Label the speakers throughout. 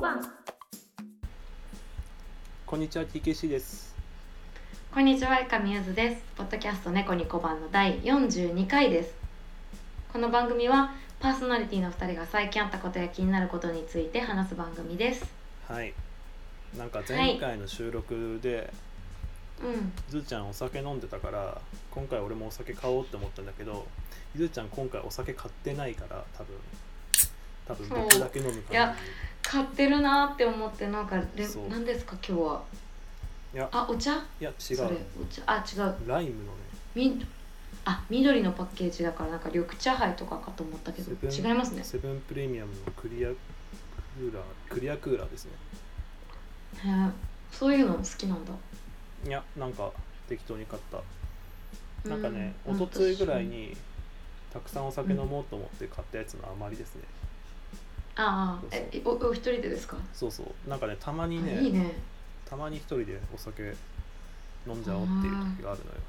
Speaker 1: 番
Speaker 2: こんにちは TKC です
Speaker 3: こんにちは、いかみゆずです。ポッドキャスト猫に小判の第42回です。この番組はパーソナリティの2人が最近あったことや気になることについて話す番組です。
Speaker 2: はいなんか前回の収録で、
Speaker 3: うん、
Speaker 2: い、ずーちゃんお酒飲んでたから今回俺もお酒買おうって思ったんだけどいずーちゃん今回お酒買ってないから多分多分僕だけ飲む
Speaker 3: そうい
Speaker 2: から
Speaker 3: や買ってるなーって思ってなんかで
Speaker 2: そう
Speaker 3: 何ですか今日は。
Speaker 2: いや
Speaker 3: あ、お茶？
Speaker 2: いや
Speaker 3: そ
Speaker 2: 違
Speaker 3: れ
Speaker 2: う
Speaker 3: お茶あ違う
Speaker 2: ライムのね
Speaker 3: みんあ緑のパッケージだからなんか緑茶杯とかかと思ったけど
Speaker 2: セブン
Speaker 3: 違いますね。
Speaker 2: セブンプレミアムのクリアクーラークリアクーラーですね
Speaker 3: へーそういうの好きなんだ。
Speaker 2: いやなんか適当に買ったなんかね、
Speaker 3: うん
Speaker 2: 一昨日ぐらい。にたくさんお酒飲もうと思って買ったやつの余りですね、
Speaker 3: ああえおお一人でですか？
Speaker 2: そうそうなんかねたまにね
Speaker 3: いいね。
Speaker 2: たまに一人でお酒飲んじゃおうっていう時があるのよ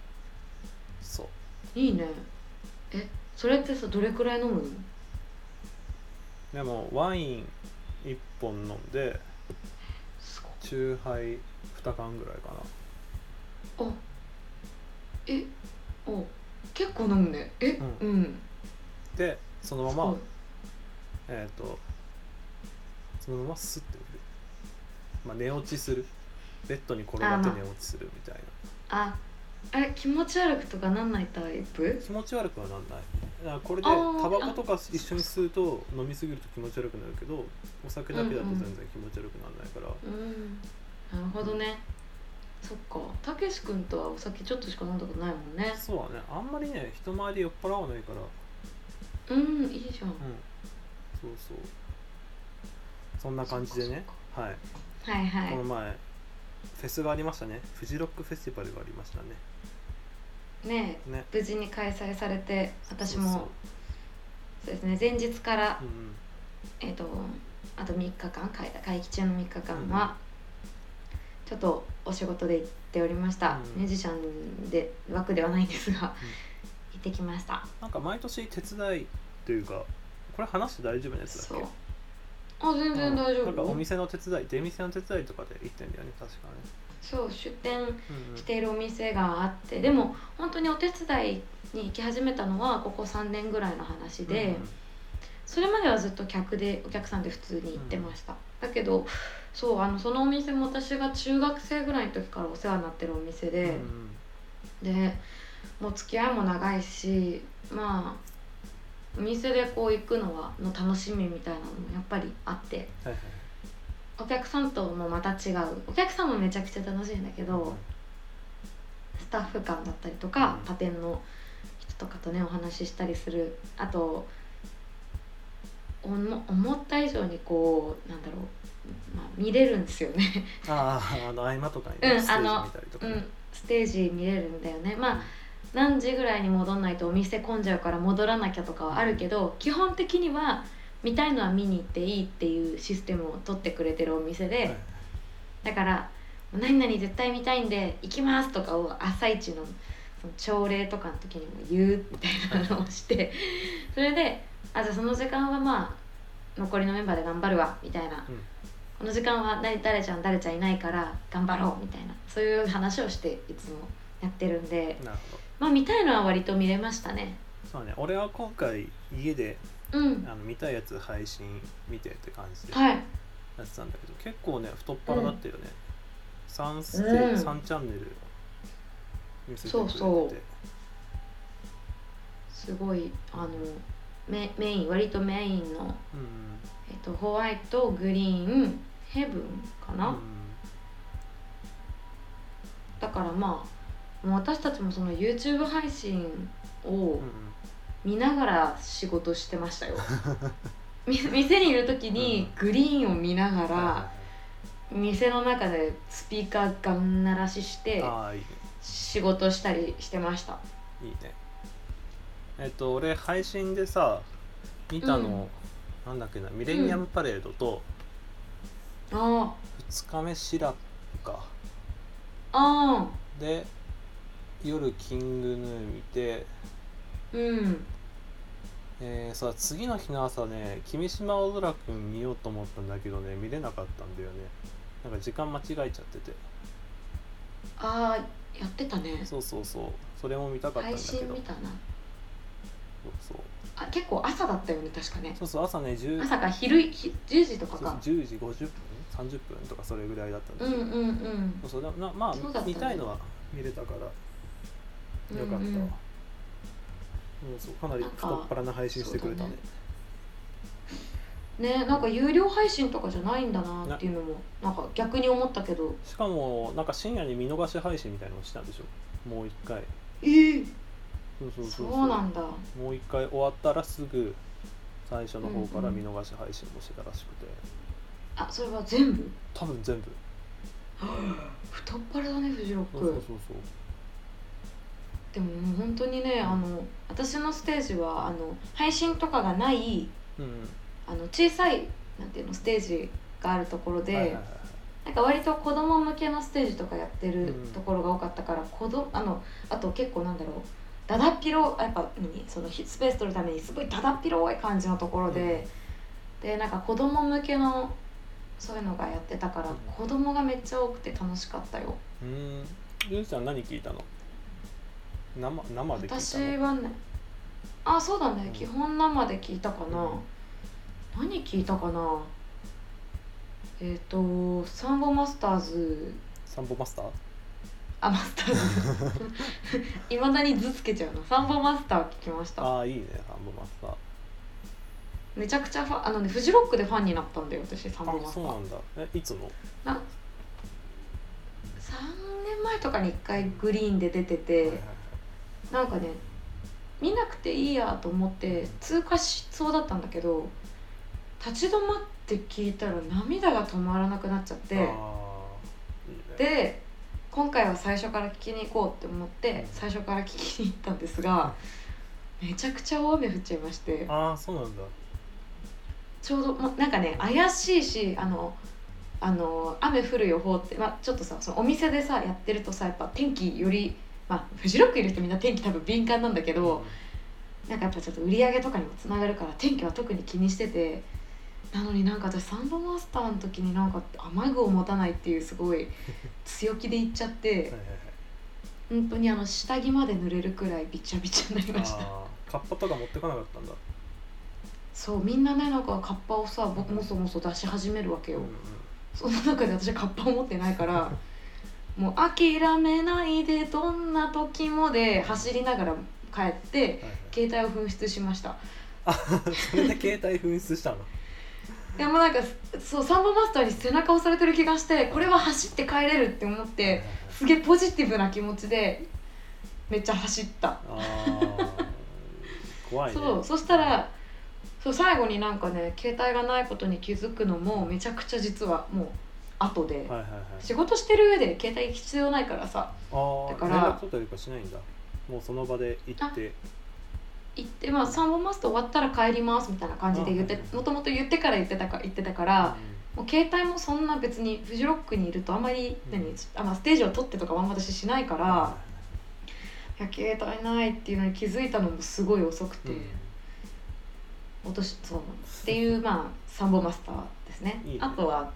Speaker 2: そう
Speaker 3: いいねえそれってさどれくらい飲むの
Speaker 2: でもワイン1本飲んですチューハイ2缶ぐらいかな
Speaker 3: ごいあえお結構飲むねえ
Speaker 2: う
Speaker 3: うん、
Speaker 2: でそのますま
Speaker 3: ごい
Speaker 2: えっ、とそのままスッて寝る、まあ、寝落ちするベッドに転がって寝落ちするみたいな
Speaker 3: あえ気持ち悪くとかなんないタイプ
Speaker 2: 気持ち悪くはなんないだからこれで
Speaker 3: あ
Speaker 2: タ
Speaker 3: ー
Speaker 2: バコとか一緒に吸うと飲みすぎると気持ち悪くなるけどお酒だけだと全然気持ち悪くならないから、
Speaker 3: うんなるほどねそっかたけし君とはお酒ちょっとしか飲んだことないもんね
Speaker 2: そうだねあんまりね人前で酔っ払わないから
Speaker 3: うんいいじゃん
Speaker 2: うんそうそうそんな感じでね
Speaker 3: そっか
Speaker 2: はい、
Speaker 3: そっかはいは
Speaker 2: この前フェスがありましたねフジロックフェスティバルがありましたね
Speaker 3: いねえ
Speaker 2: ね
Speaker 3: 無事に開催されて私
Speaker 2: そう
Speaker 3: もそうですね前日から
Speaker 2: そううん
Speaker 3: えっとあと3日間会会期中の3日間は、ちょっとお仕事で行っておりました、
Speaker 2: うん
Speaker 3: ミュージシャンで枠ではないんですが、行ってきました
Speaker 2: なんか毎年手伝いというかこれ話して大丈夫なやつ
Speaker 3: そ
Speaker 2: だっけ
Speaker 3: うあ全然大丈
Speaker 2: うんなんか
Speaker 3: 夫、
Speaker 2: お店の手伝い出店の手伝いとかで行ってんだよね確かね
Speaker 3: そう出店
Speaker 2: うんうん
Speaker 3: しているお店があってでも本当にお手伝いに行き始めたのはここ3年ぐらいの話で、それまではずっと客でお客さんで普通に行ってました、だけどそうあのそのお店も私が中学生ぐらいの時からお世話になってるお店
Speaker 2: うん
Speaker 3: で、
Speaker 2: うんうん
Speaker 3: でもう付き合いも長いしまあお店でこう行くのはの楽しみみたいなのもやっぱりあって
Speaker 2: はいはい
Speaker 3: お客さんともまた違うお客さんもめちゃくちゃ楽しいんだけど、スタッフ間だったりとか、
Speaker 2: うん
Speaker 3: 他店の人とかとねお話ししたりするあとおも思った以上にこうなんだろう、まあ、見れるんですよね
Speaker 2: あああの合間とかに、
Speaker 3: うん
Speaker 2: ステージ
Speaker 3: あの
Speaker 2: 見たりとか
Speaker 3: う
Speaker 2: ね
Speaker 3: ん、ステージ見れるんだよねまあ何時ぐらいに戻んないとお店混んじゃうから戻らなきゃとかはあるけど基本的には見たいのは見に行っていいっていうシステムを取ってくれてるお店で、
Speaker 2: はい
Speaker 3: だから「何々絶対見たいんで行きます」とかを朝一のその朝礼とかの時にも言うみたいなのをしてそれで「あじゃあその時間はまあ残りのメンバーで頑張るわ」みたいな、
Speaker 2: うん
Speaker 3: この時間は誰誰ちゃん誰ちゃんいないから頑張ろう」みたいなそういう話をしていつもやってるんで
Speaker 2: なるほど
Speaker 3: まあ見たいのは割と見れましたね。
Speaker 2: そうね俺は今回家で
Speaker 3: うん
Speaker 2: あの見たいやつ配信見てって感じでや
Speaker 3: はい、
Speaker 2: ってたんだけど、結構ね太っ腹だったよね、三ステ
Speaker 3: うん
Speaker 2: 三チャンネル見せてくれてて
Speaker 3: そうそうすごいあのメメイン割とメインの、
Speaker 2: うん
Speaker 3: えっと、ホワイトグリーンヘブンか
Speaker 2: うん
Speaker 3: な、だからまあもう私たちもその YouTube 配信を
Speaker 2: うんうん
Speaker 3: 見ながら仕事してま したよみ店にいる時にグリーンを見ながら店の中でスピーカーガン鳴らしして
Speaker 2: ああいいね
Speaker 3: 仕事したりしてました
Speaker 2: いいねえっと俺配信でさ見たの、なんだっけなミレニアムパレードと
Speaker 3: あ
Speaker 2: 2日目シラフか
Speaker 3: あああ
Speaker 2: で夜キングヌー見て
Speaker 3: うん
Speaker 2: えー、そう次の日の朝ね君島青空くん見ようと思ったんだけどね見れなかったんだよねなんか時間間違えちゃってて
Speaker 3: ああやってたね
Speaker 2: そうそうそうそれも見たかったんだ
Speaker 3: 配
Speaker 2: けど
Speaker 3: 信見たな
Speaker 2: そう
Speaker 3: あ結構朝だったよね確かね
Speaker 2: そうそうそう朝ね 10,
Speaker 3: 朝か昼ひ10時とかか
Speaker 2: 10時50分30分とかそれぐらいだったんだ
Speaker 3: うん
Speaker 2: け
Speaker 3: う
Speaker 2: ど、
Speaker 3: んうん
Speaker 2: そうそうでもなまあ、
Speaker 3: そうだったね
Speaker 2: 見たいのは見れたからよかったわ、
Speaker 3: うんうん
Speaker 2: うんそうかなり
Speaker 3: なんか
Speaker 2: 太っ腹な配信してくれたね
Speaker 3: ねなんか有料配信とかじゃないんだなっていうのもなんか逆に思ったけど
Speaker 2: しかもなんか深夜に見逃し配信みたいなのをしたんでしょもう一回
Speaker 3: えー、
Speaker 2: そうそうそう
Speaker 3: そうなんだ
Speaker 2: もう一回終わったらすぐ最初の方から見逃し配信もしてたらしくて、
Speaker 3: あそれは全部
Speaker 2: 多分全部
Speaker 3: 太っ腹だねフジロック
Speaker 2: そうそうそうそう
Speaker 3: でももう本当にねあの私のステージはあの配信とかがない
Speaker 2: うん
Speaker 3: あの小さいなんていうのステージがあるところ
Speaker 2: う
Speaker 3: で、
Speaker 2: んはいはいはい
Speaker 3: なんか割と子供向けのステージとかやってる
Speaker 2: うん
Speaker 3: ところが多かったから、子どあのあと結構なんだろうだだっ広やっぱ何そのひスペース取るためにすごいだだっ広い感じのところで、でなんか子供向けのそういうのがやってたから、
Speaker 2: うん
Speaker 3: 子供がめっちゃ多くて楽しかったよ。
Speaker 2: うーんゆうちゃん何聞いたの生生で
Speaker 3: 私
Speaker 2: 聞いたの
Speaker 3: はねあそうだね、
Speaker 2: うん
Speaker 3: 基本生で聞いたかな、
Speaker 2: うん
Speaker 3: 何聞いたかなえっ、とサンボマスターズ
Speaker 2: サンボマスター
Speaker 3: あマスター ズいまだに図つけちゃうのサンボマスター聞きました
Speaker 2: ああいいねサンボマスター
Speaker 3: めちゃくちゃファンあのねフジロックでファンになったんだよ私サンボ
Speaker 2: あ
Speaker 3: マスタ
Speaker 2: そう
Speaker 3: ー
Speaker 2: なんだえいつの
Speaker 3: な3年前とかに1回グリーンで出てて、
Speaker 2: はいはいはい
Speaker 3: なんかね見なくていいやと思って通過しそうだったんだけど立ち止まって聞いたら涙が止まらなくなっちゃって
Speaker 2: あーいいね
Speaker 3: で今回は最初から聞きに行こうって思って最初から聞きに行ったんですがめちゃくちゃ大雨降っちゃいまして
Speaker 2: ああそうなんだ
Speaker 3: ちょうどもうなんかね怪しいしあのあの雨降る予報って、まあ、ちょっとさそのお店でさやってるとさやっぱ天気より、まあ、フジロックいる人みんな天気多分敏感なんだけど。なんかやっぱちょっと売り上げとかにもつながるから天気は特に気にしててなのになんか私サンドマスターの時になんか雨具を持たないっていうす ごい強気で行っちゃっ
Speaker 2: う
Speaker 3: て
Speaker 2: んはいはいはい
Speaker 3: 本当にあの下着まで濡れるくらいびちゃびちゃになりました
Speaker 2: あーカッパとか持ってかなかったんだ
Speaker 3: そうみんなねなんかカッパをさ僕もそもそ出し始めるわけよ、
Speaker 2: うんうん
Speaker 3: その中で私はカッパを持ってないから もう諦めないでどんな時もで走りながら帰って
Speaker 2: はいはい
Speaker 3: 携帯を紛失しました
Speaker 2: あそれで携帯紛失したの
Speaker 3: でもなんかそうサンボマスターに背中を押されてる気がしてこれは走って帰れるって思ってすげえポジティブな気持ちでめっちゃ走った、
Speaker 2: あー怖いね
Speaker 3: そうそしたらそう最後になんかね携帯がないことに気づくのもめちゃくちゃ実はもう後で、
Speaker 2: はいはいはい
Speaker 3: 仕事してる上で携帯必要ないからさ
Speaker 2: ああ
Speaker 3: だから
Speaker 2: 連絡取ったりとかしないんだもうその場で行って
Speaker 3: 行ってまあサンボマスター終わったら帰りますみたいな感じで言って
Speaker 2: うん
Speaker 3: もともと言ってから言ってたか言ってたから、もう携帯もそんな別にフジロックにいるとあんまり、
Speaker 2: うん
Speaker 3: 何あまあステージを撮ってとかはあんま私しないか
Speaker 2: うん
Speaker 3: ら、いや携帯ないっていうのに気づいたのもすごい遅くて、
Speaker 2: うん
Speaker 3: 落としそうなんですっていうまあサンボマスターですね
Speaker 2: いいね
Speaker 3: あとは、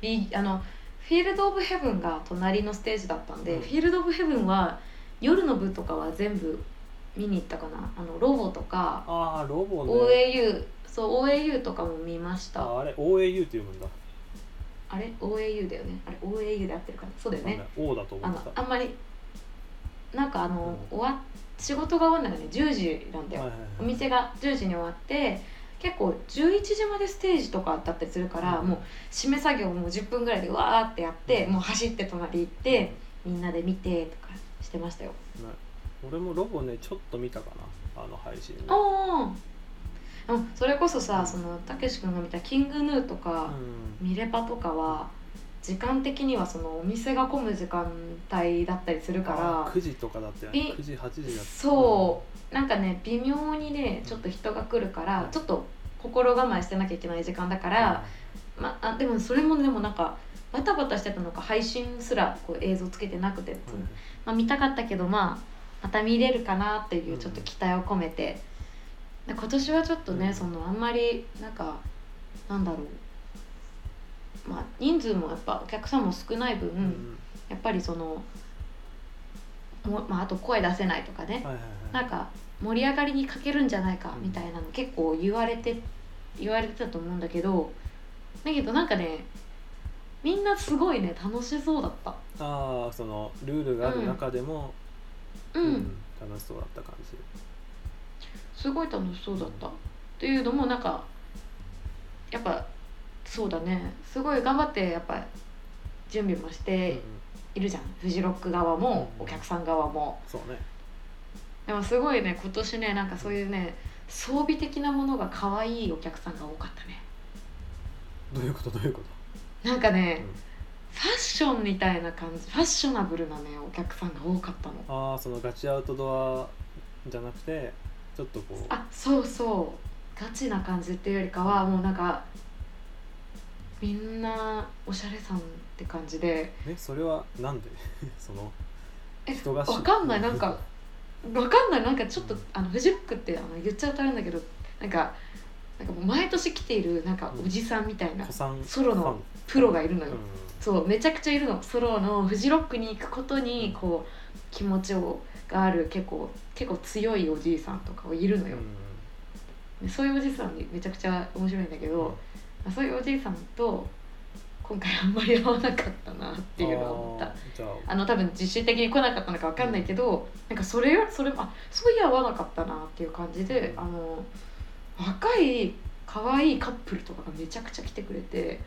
Speaker 3: B、あのフィールド・オブ・ヘブンが隣のステージだったんで、
Speaker 2: うん
Speaker 3: フィールド・オブ・ヘブンは夜の部とかは全部見に行ったかなあのロボとか、
Speaker 2: ああロボね
Speaker 3: OAU そう OAU とかも見ました
Speaker 2: ああれ OAU って読むんだ
Speaker 3: あれ OAU だよねあれ OAU で合ってるかなそうだよね
Speaker 2: O だと
Speaker 3: あ
Speaker 2: 思
Speaker 3: の
Speaker 2: ってた
Speaker 3: あんまりなんかあの、
Speaker 2: う
Speaker 3: 終わ仕事が終わるのがね10時なんだよ、
Speaker 2: はいはいはい
Speaker 3: お店が10時に終わって結構11時までステージとかだったりするから、もう締め作業も10分ぐらいでうわーってやって、
Speaker 2: うん
Speaker 3: もう走って隣行って、みんなで見てとかしてましたよ、
Speaker 2: うん俺もロボねちょっと見たかなあの配信
Speaker 3: おおーうんそれこそさそのたけし君が見た「キングヌー」と
Speaker 2: う
Speaker 3: か「
Speaker 2: ん
Speaker 3: ミレパ」とかは時間的にはそのお店が混む時間帯だったりするから
Speaker 2: あー9時とかだったよね
Speaker 3: え
Speaker 2: 9時8時だった
Speaker 3: そうなんかね微妙にねちょっと人が来るから、
Speaker 2: はい
Speaker 3: ちょっと心構えしてなきゃいけない時間だから、まあ、でもそれもでもなんかバタバタしてたのか配信すらこう映像つけてなくて、
Speaker 2: うんうん
Speaker 3: まあ、見たかったけどまあまた見れるかなっていううんちょっと期待を込めてで今年はちょっとね、
Speaker 2: うん
Speaker 3: そのあんまりなんかなんだろうまあ人数もやっぱお客さんも少ない分、
Speaker 2: うん
Speaker 3: やっぱりそのもう、まあ、あと声出せないとかね、
Speaker 2: はいはいはい
Speaker 3: なんか盛り上がりに欠けるんじゃないかみたいなの結構言われて言われてたと思うんだけどだけどなんかねみんなすごいね楽しそうだった
Speaker 2: ああそのルールがある中でも、
Speaker 3: うん、
Speaker 2: 楽しそうだった感じ
Speaker 3: すごい楽しそうだったっていうのもなんかやっぱそうだねすごい頑張ってやっぱ準備もし
Speaker 2: うんう
Speaker 3: て
Speaker 2: ん
Speaker 3: いるじゃん、フジロック側も
Speaker 2: うん
Speaker 3: お客さん側も
Speaker 2: そうね
Speaker 3: でもすごいね今年ねなんかそういうね装備的なものが可愛いお客さんが多かったね
Speaker 2: どういうことどういうこと
Speaker 3: なんかね、
Speaker 2: うん
Speaker 3: ファッションみたいな感じファッショナブルなねお客さんが多かったの
Speaker 2: ああそのガチアウトドアじゃなくてちょっとこう
Speaker 3: あそうそうガチな感じっていうよりかはもうなんかみんなおしゃれさんって感じで
Speaker 2: ねそれはなんで その
Speaker 3: え
Speaker 2: 人がし
Speaker 3: わかんないなんかわかんないなんかちょっと
Speaker 2: うん
Speaker 3: あのフジロックってあの言っちゃうとあれなんだけどなんかなんかもう毎年来ているなんかおじさんみたいな
Speaker 2: 子さん
Speaker 3: ソロの
Speaker 2: ファン
Speaker 3: プロがいるの
Speaker 2: う
Speaker 3: よ
Speaker 2: ん、
Speaker 3: そうめちゃくちゃいるのソロのフジロックに行くことにこう気持ちをがある結構結構強いおじいさんとかいるの
Speaker 2: う
Speaker 3: よ
Speaker 2: ん、
Speaker 3: でそういうおじいさんにめちゃくちゃ面白いんだけど、
Speaker 2: うん
Speaker 3: まあそういうおじいさんと今回あんまり合わなかったなっていうのは思った
Speaker 2: あ。ーじゃあ
Speaker 3: あの多分実習的に来なかったのかわかんないけど、なんかそれよそれもあそういや合わなかったなっていう感じで、
Speaker 2: うん
Speaker 3: あの若い可愛いカップルとかがめちゃくちゃ来てくれて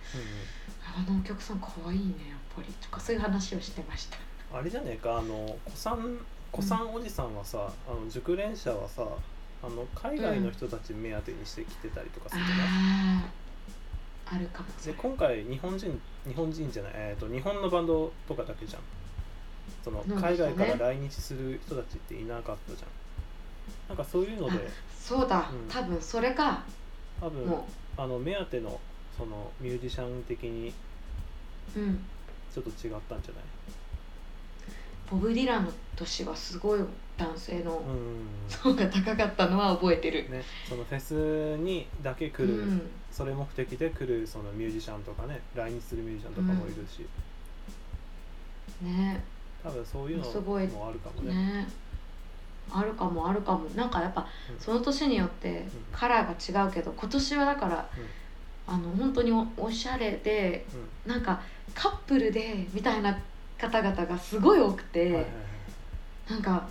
Speaker 2: うん
Speaker 3: あのお客さん可愛いねやっぱりとかそういう話をしてました
Speaker 2: うんあれじゃねえかあの子さん子さんおじさんはさ、あの熟練者はさあの海外の人たち目当てにして来てたりとかするじゃない
Speaker 3: あああるかもし
Speaker 2: で
Speaker 3: れない
Speaker 2: 今回日本人日本人じゃない、えー、と日本のバンドとかだけじゃんその
Speaker 3: そうですね
Speaker 2: 海外から来日する人たちっていなかったじゃんなんかそういうので
Speaker 3: そうだ、
Speaker 2: うん
Speaker 3: 多分それか、
Speaker 2: 多分
Speaker 3: も
Speaker 2: あの目当てのそのミュージシャン的に
Speaker 3: う、うん、
Speaker 2: ちょっと違ったんじゃない
Speaker 3: ボブ・ディランの年はすごい男性の
Speaker 2: う
Speaker 3: 層が高かったのは覚えてる
Speaker 2: ん、ね、そのフェスにだけ来る、
Speaker 3: うん、
Speaker 2: それ目的で来るそのミュージシャンとかね来日するミュージシャンとかもいるし、
Speaker 3: ね
Speaker 2: 多分そういうの
Speaker 3: すごい
Speaker 2: もあるかもね
Speaker 3: ねあるかもあるかもなんかやっぱ
Speaker 2: うん
Speaker 3: その年によってカラーが違うけど今年はだから、あの本当におおしゃれで
Speaker 2: う
Speaker 3: なんかカップルでみたいな方々がすごい多くて、
Speaker 2: んはいはいはい
Speaker 3: なんか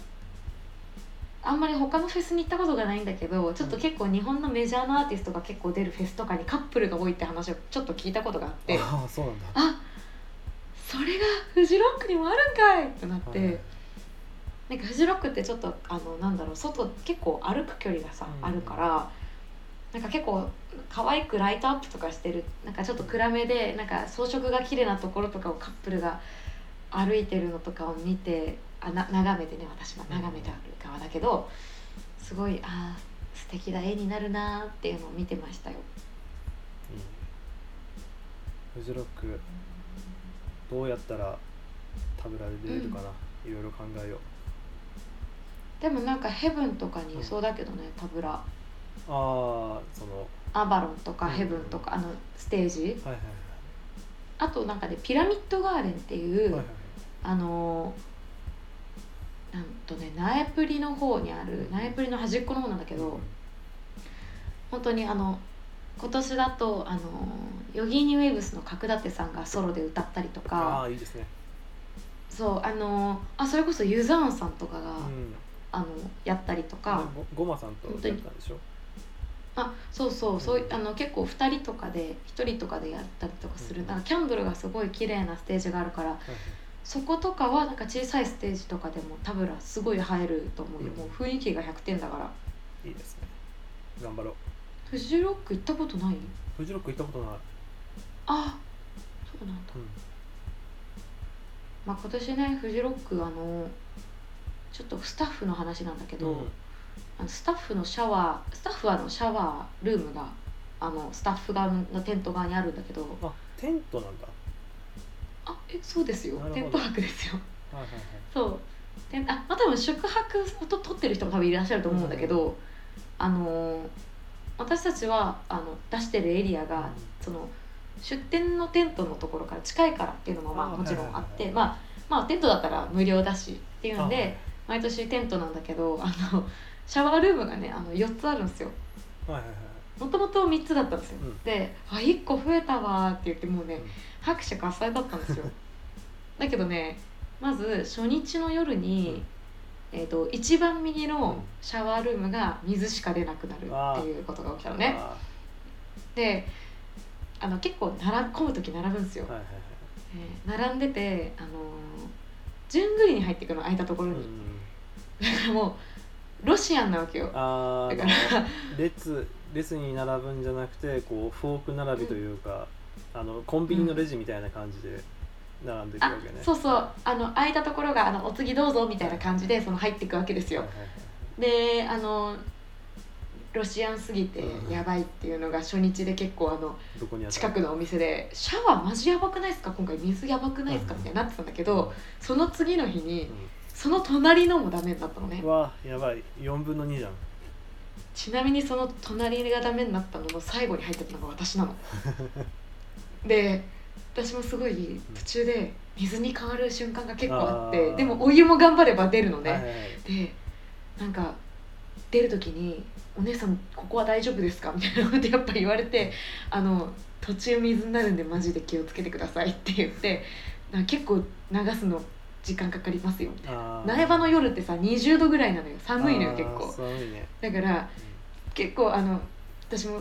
Speaker 3: あんまり他のフェスに行ったことがないんだけどちょっと結構日本のメジャーなアーティストが結構出るフェスとかにカップルが多いって話をちょっと聞いたことがあって
Speaker 2: ああそうなんだ
Speaker 3: あそれがフジロックにもあるんかいってなって。
Speaker 2: はいはい
Speaker 3: なんかフジロックってちょっとあのなんだろう外結構歩く距離がさ、
Speaker 2: うん
Speaker 3: あるからなんか結構可愛くライトアップとかしてるなんかちょっと暗めでなんか装飾が綺麗なところとかをカップルが歩いてるのとかを見てあな眺めてね私は眺めてある側だけどすごいあー素敵な絵になるなーっていうのを見てましたよ。
Speaker 2: いいねフジロックどうやったら食べられるかな、いろいろ考えよう
Speaker 3: でもなんかヘブンとかにいそうだけどねタブラ
Speaker 2: ああその
Speaker 3: アバロンとかヘブンとかあのステージ
Speaker 2: はいはい
Speaker 3: あとなんかねピラミッドガーデンってい、
Speaker 2: はいうはいはい
Speaker 3: あのーなんとね苗プリの方にある苗プリの端っこの方なんだけど、本当にあの今年だとあのーヨギーニウェーブスの角館さんがソロで歌ったりと
Speaker 2: あ
Speaker 3: か
Speaker 2: あいいですね
Speaker 3: そうあのーあそれこそユザーンさんとかが、
Speaker 2: うん
Speaker 3: あのやったりとか、
Speaker 2: ごごまさんとやったんでしょ
Speaker 3: あそうそうそう
Speaker 2: うん
Speaker 3: あの結構2人とかで1人とかでやったりとかする、なんかキャンドルがすごい綺麗なステージがあるから
Speaker 2: はい
Speaker 3: そことかはなんか小さいステージとかでもタブラすごい映えると思うよ、もう雰囲気が100点だから。
Speaker 2: はいいいですね頑張ろう
Speaker 3: フジロック行ったことない
Speaker 2: フジロック行ったことない、
Speaker 3: あそうなんだ、
Speaker 2: うん
Speaker 3: まあ、今年ねフジロックあのちょっとスタッフの話なんだけど、
Speaker 2: うん
Speaker 3: あのスタッフのシャワースタッフはあのシャワールームがあのスタッフ側のテント側にあるんだけど
Speaker 2: あテントなんだ
Speaker 3: あえそうですよ
Speaker 2: なるほ
Speaker 3: テ
Speaker 2: ど
Speaker 3: ント泊ですよ
Speaker 2: はいはい
Speaker 3: そうであまあ多分宿泊をと取ってる人も多分いらっしゃると思うんだけど、あの私たちはあの出してるエリアがその出店のテントのところから近いからっていうのもまあ
Speaker 2: あ
Speaker 3: もちろんあっ
Speaker 2: はいはいは
Speaker 3: て
Speaker 2: い
Speaker 3: まあまあテントだから無料だしっていうん
Speaker 2: あは
Speaker 3: で
Speaker 2: い
Speaker 3: 毎年テントなんだけどあのシャワールームがねあの4つあるんですよ
Speaker 2: はいはいはい
Speaker 3: もともと3つだったんですよ、
Speaker 2: うん
Speaker 3: で「あ1個増えたわ」って言ってもうね
Speaker 2: うん
Speaker 3: 拍手喝采だったんですよだけどねまず初日の夜に、えー、と一番右のシャワールームが水しか出なくなるっていうことが起きたのね
Speaker 2: あ
Speaker 3: であの結構並混む時並ぶんですよ
Speaker 2: ー、はいはい
Speaker 3: えー並んでてあのー順繰りに入っていくの空いたところ
Speaker 2: はい、う
Speaker 3: に、
Speaker 2: ん、
Speaker 3: だからもうロシアンなわけよ
Speaker 2: あー
Speaker 3: だ
Speaker 2: あ
Speaker 3: か
Speaker 2: の
Speaker 3: ら
Speaker 2: 列列に並ぶんじゃなくてこうフォーク並びというか、あのコンビニのレジみたいな感じで並んでいくわ
Speaker 3: あ
Speaker 2: けね、
Speaker 3: そうそうあの空いたところがあのお次どうぞみたいな感じでその入っていくわけですよ
Speaker 2: はいはいはい
Speaker 3: であのロシアンすぎて
Speaker 2: うん
Speaker 3: やばいっていうのが初日で結構あの
Speaker 2: どこにあった
Speaker 3: 近くのお店で「シャワーマジやばくないですか今回水やばくないですか?」
Speaker 2: うん
Speaker 3: みたいになってたんだけどその次の日に
Speaker 2: う
Speaker 3: その隣のもダメになったのね
Speaker 2: ん、わやばい4分の2じゃん
Speaker 3: ちなみにその隣がダメになったのの最後に入ってたのが私な ので私もすごい途中で水に変わる瞬間が結構あっ
Speaker 2: あ
Speaker 3: て
Speaker 2: ー
Speaker 3: でもお湯も頑張れば出るのね、
Speaker 2: はいはいはい
Speaker 3: でなんか出る時に「お姉さんここは大丈夫ですか?」みたいなことやっぱ言われて「あの途中水になるんでマジで気をつけてください」って言ってなんか結構流すの時間かかりますよみたいな。
Speaker 2: あー
Speaker 3: 苗場の夜ってさ20度ぐらいなのよ寒いのよ結
Speaker 2: あー
Speaker 3: 構
Speaker 2: 寒いね、
Speaker 3: だから結構あの私も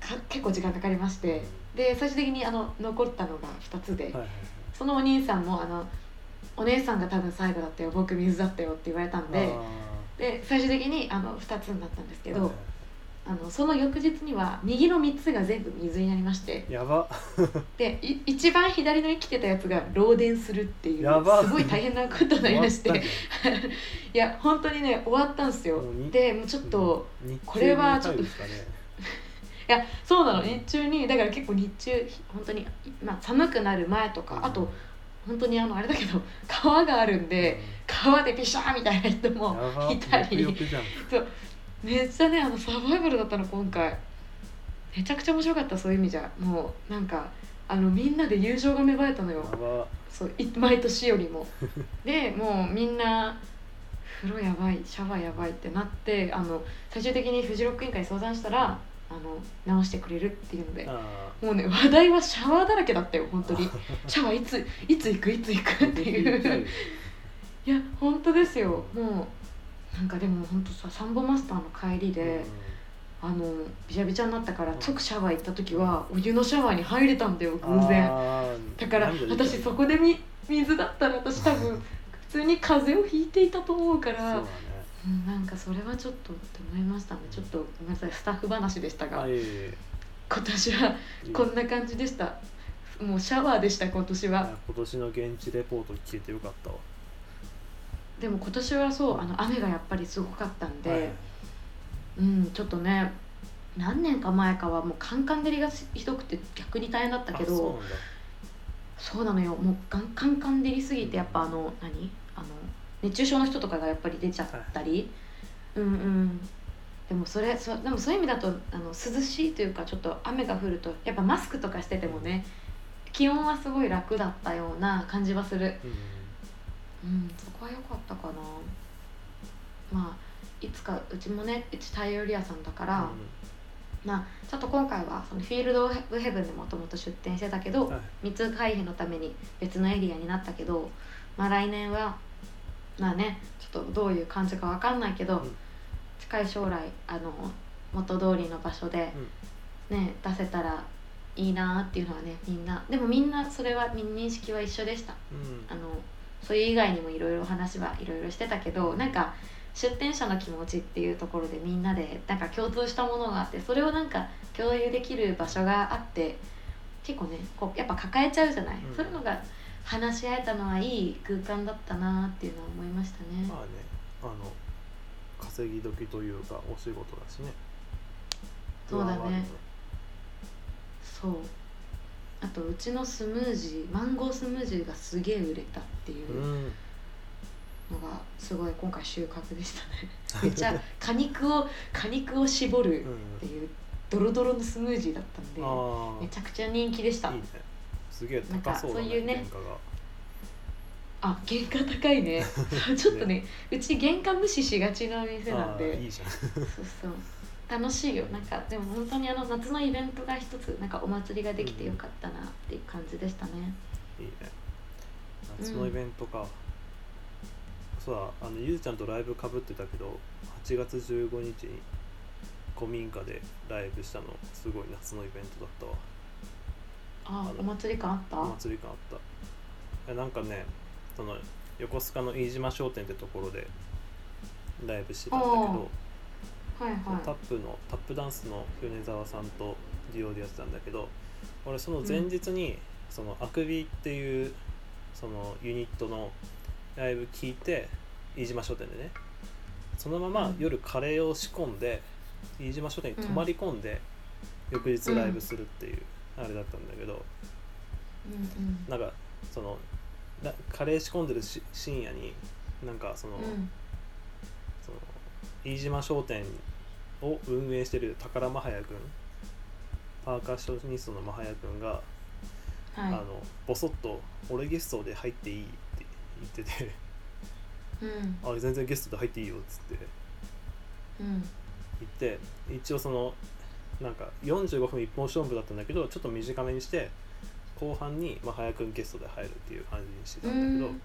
Speaker 3: か結構時間かかりましてで最終的にあの残ったのが2つで、
Speaker 2: うんはいはい
Speaker 3: そのお兄さんもあの「お姉さんが多分最後だったよ僕水だったよ」って言われたん
Speaker 2: はい
Speaker 3: でで最終的にあの2つになったんですけ
Speaker 2: あー
Speaker 3: ど、あのその翌日には右の3つが全部水になりまして
Speaker 2: やば
Speaker 3: でい一番左の生きてたやつが漏電するっていう
Speaker 2: やば
Speaker 3: すごい大変なことになりまして
Speaker 2: 終わっ
Speaker 3: いや本当にね終わったんですよ
Speaker 2: もうに
Speaker 3: でもうちょった
Speaker 2: ね
Speaker 3: と、
Speaker 2: うん
Speaker 3: これはちょっと
Speaker 2: 日中に帰るしかね
Speaker 3: いやそうなの
Speaker 2: うん
Speaker 3: 日中にだから結構日中本当にまあ寒くなる前とかあと本当にあのあれだけど川があるんで川でピシャーみたいな人
Speaker 2: うん
Speaker 3: も
Speaker 2: やば
Speaker 3: いたり
Speaker 2: よくじゃん
Speaker 3: めっちゃねあのサバイバルだったの今回めちゃくちゃ面白かったそういう意味じゃもうなんかあのみんなで友情が芽生えたのよ
Speaker 2: やば
Speaker 3: そうい毎年より もでもうみんな風呂やばいシャワーやばいってなってあの最終的にフジロック委員会に相談したらあの直してくれるっていうので
Speaker 2: あ
Speaker 3: もうね話題はシャワーだらけだったよ本当 にシャワーいついつ行くいつ行く
Speaker 2: ー
Speaker 3: っていういや本当ですよもうなんかでも本当さサンボマスターの帰りで、あのびちゃびちゃになったから
Speaker 2: うん
Speaker 3: 即シャワー行った時はお湯のシャワーに入れたんだよ
Speaker 2: うん
Speaker 3: 偶然
Speaker 2: あー
Speaker 3: だから
Speaker 2: 涙出ちゃう
Speaker 3: 私そこでみ水だったら私多 分普通に風邪をひいていたと思うか
Speaker 2: そうだ
Speaker 3: ら
Speaker 2: ね
Speaker 3: うんなんかそれはちょっとって思いましたねちょっとごめんなさいスタッフ話でしたが
Speaker 2: あいえいえい
Speaker 3: 今年は
Speaker 2: え
Speaker 3: こんな感じでしたもうシャワーでした今年
Speaker 2: い
Speaker 3: は
Speaker 2: や今年の現地レポート聞けてよかったわ
Speaker 3: でも今年はそうあの雨がやっぱりすごかったんで、
Speaker 2: はい
Speaker 3: うんちょっとね何年か前かはもうカンカン照りがひどくて逆に大変だったけど
Speaker 2: あそうなんだ
Speaker 3: そうなのよもうガンカンカン照りすぎてやっぱあの何あの熱中症の人とかがやっぱり出ちゃったり、うんうんでもそれそでもそういう意味だとあの涼しいというかちょっと雨が降るとやっぱマスクとかしててもね気温はすごい楽だったような感じはする
Speaker 2: うん
Speaker 3: うんそこは良かったかなまあいつかうちもねうちタイ料理屋さんだから、まあちょっと今回はそのフィールドオブヘブンでもともと出店してたけど、
Speaker 2: うんはい
Speaker 3: 密回避のために別のエリアになったけど、まあ、来年はまあねちょっとどういう感じかわかんないけど、
Speaker 2: うん
Speaker 3: 近い将来あの元通りの場所で、ね出せたらいいなっていうのはねみんなでもみんなそれはみ認識は一緒でした
Speaker 2: うん
Speaker 3: あのそれ以外にもいろいろ話はいろいろしてたけどなんか出店者の気持ちっていうところでみんなでなんか共通したものがあってそれをなんか共有できる場所があって結構ねこうやっぱ抱えちゃうじゃない、
Speaker 2: うん
Speaker 3: そういうのが話し合えたのはいい空間だったなっていうのは思いましたね、
Speaker 2: まあねあの稼ぎ時というかお仕事だしね
Speaker 3: そうだね
Speaker 2: 不安はあるよ
Speaker 3: そうあとうちのスムージーマンゴースムージーがすげえ売れたっていう、
Speaker 2: うん
Speaker 3: のがすごい今回収穫でしたね めっちゃ果肉を果肉を絞るっていうドロドロのスムージーだったんで、
Speaker 2: あ
Speaker 3: めちゃくちゃ人気でした
Speaker 2: あいいねすげえ高そ
Speaker 3: な
Speaker 2: うだ
Speaker 3: んかそういうね
Speaker 2: 原価が
Speaker 3: あ原価高い ねちょっとねうち原価無視しがちな店なん
Speaker 2: あ
Speaker 3: で
Speaker 2: ーいいじゃん
Speaker 3: そうそう楽しいよなんかでも本当にあの夏のイベントが一つなんかお祭りができてよかったなっていう感じでしたね、
Speaker 2: いいね夏のイベントか、そうだあのゆずちゃんとライブかぶってたけど8月15日に古民家でライブしたのすごい夏のイベントだったわ
Speaker 3: ああお祭り感あった
Speaker 2: お祭り感あったいやなんかねその横須賀の飯島商店ってところでライブしてたんだけど
Speaker 3: はいはい
Speaker 2: タップのタップダンスの米沢さんとデュオでやってたんだけど俺その前日に、そのあくびっていうそのユニットのライブ聞いて飯島書店でねそのまま夜カレーを仕込んで飯島書店に泊まり込んで、翌日ライブするっていうあれだったんだけど、
Speaker 3: うん
Speaker 2: なんかそのなカレー仕込んでるし深夜になんかその、
Speaker 3: うんうん
Speaker 2: その飯島商店を運営してる宝マハヤ君パーカッショニストのマハヤ君が、あ
Speaker 3: は
Speaker 2: のボソッと「俺ゲストで入っていい」って言ってて
Speaker 3: いうん
Speaker 2: 「あ全然ゲストで入っていいよ」っつって
Speaker 3: うん
Speaker 2: 言って一応そのなんか45分一本勝負だったんだけどちょっと短めにして後半にマハヤ君ゲストで入るっていう感じにしてたんだ
Speaker 3: う
Speaker 2: けど
Speaker 3: ん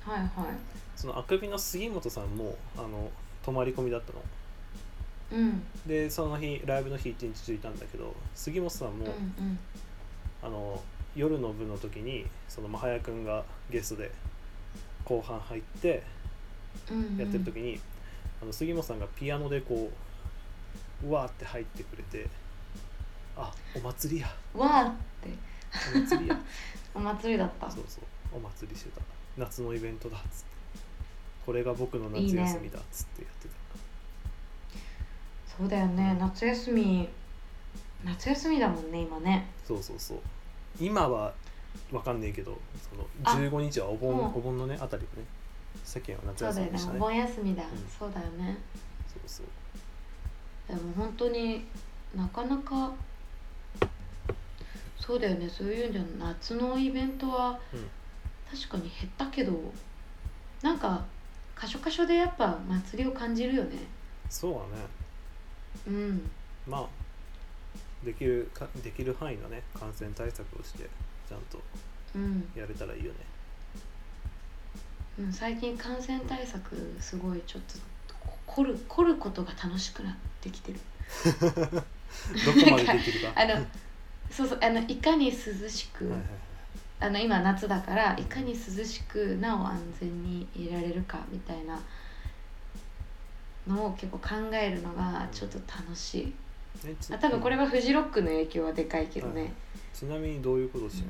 Speaker 3: はいは
Speaker 2: そのあくびの杉本さんもあの泊まり込みだったの。
Speaker 3: いうん
Speaker 2: でその日ライブの日一日中いたんだけど杉本さんも、
Speaker 3: うんうん
Speaker 2: あの夜の部の時にそのまはやくんがゲストで後半入って
Speaker 3: うん
Speaker 2: やってる時に、あの杉本さんがピアノでこううわーって入ってくれてあお祭りや
Speaker 3: わあって
Speaker 2: お祭 りや
Speaker 3: お祭りだった
Speaker 2: そうそうお祭りしてた夏のイベントだっつってこれが僕の夏休みだっつってやってた
Speaker 3: そうだよね夏休み夏休みだもんね今ね
Speaker 2: そうそうそう今はわかんねえけどその
Speaker 3: あ
Speaker 2: 15日はお盆
Speaker 3: うん
Speaker 2: お盆のねあたりがね世間は夏
Speaker 3: そう
Speaker 2: 休
Speaker 3: だよ
Speaker 2: みで
Speaker 3: ね
Speaker 2: した
Speaker 3: お
Speaker 2: ね
Speaker 3: 盆休みだ、
Speaker 2: ん
Speaker 3: そうだよね
Speaker 2: そうそう
Speaker 3: でも本当になかなかそうだよねそういうんじゃ夏のイベントは
Speaker 2: うん
Speaker 3: 確かに減ったけどなんか箇所箇所でやっぱ祭りを感じるよね
Speaker 2: そうだね
Speaker 3: うん
Speaker 2: まあできるかできる範囲のね感染対策をしてちゃんと
Speaker 3: うん、
Speaker 2: やれたらいい よね
Speaker 3: うん、最近感染対策すごいちょっとこ凝る凝ることが楽しくなってきてる
Speaker 2: どこまでで きるか
Speaker 3: あのそうそうあのいかに涼しく、
Speaker 2: はいはいはい
Speaker 3: あの今夏だからいかに涼しくなお安全にいられるかみたいなのを結構考えるのがちょっと楽しい、
Speaker 2: ねち
Speaker 3: あ多分これはフジロックの影響はでかいけどね、
Speaker 2: ちなみにどういうことしてる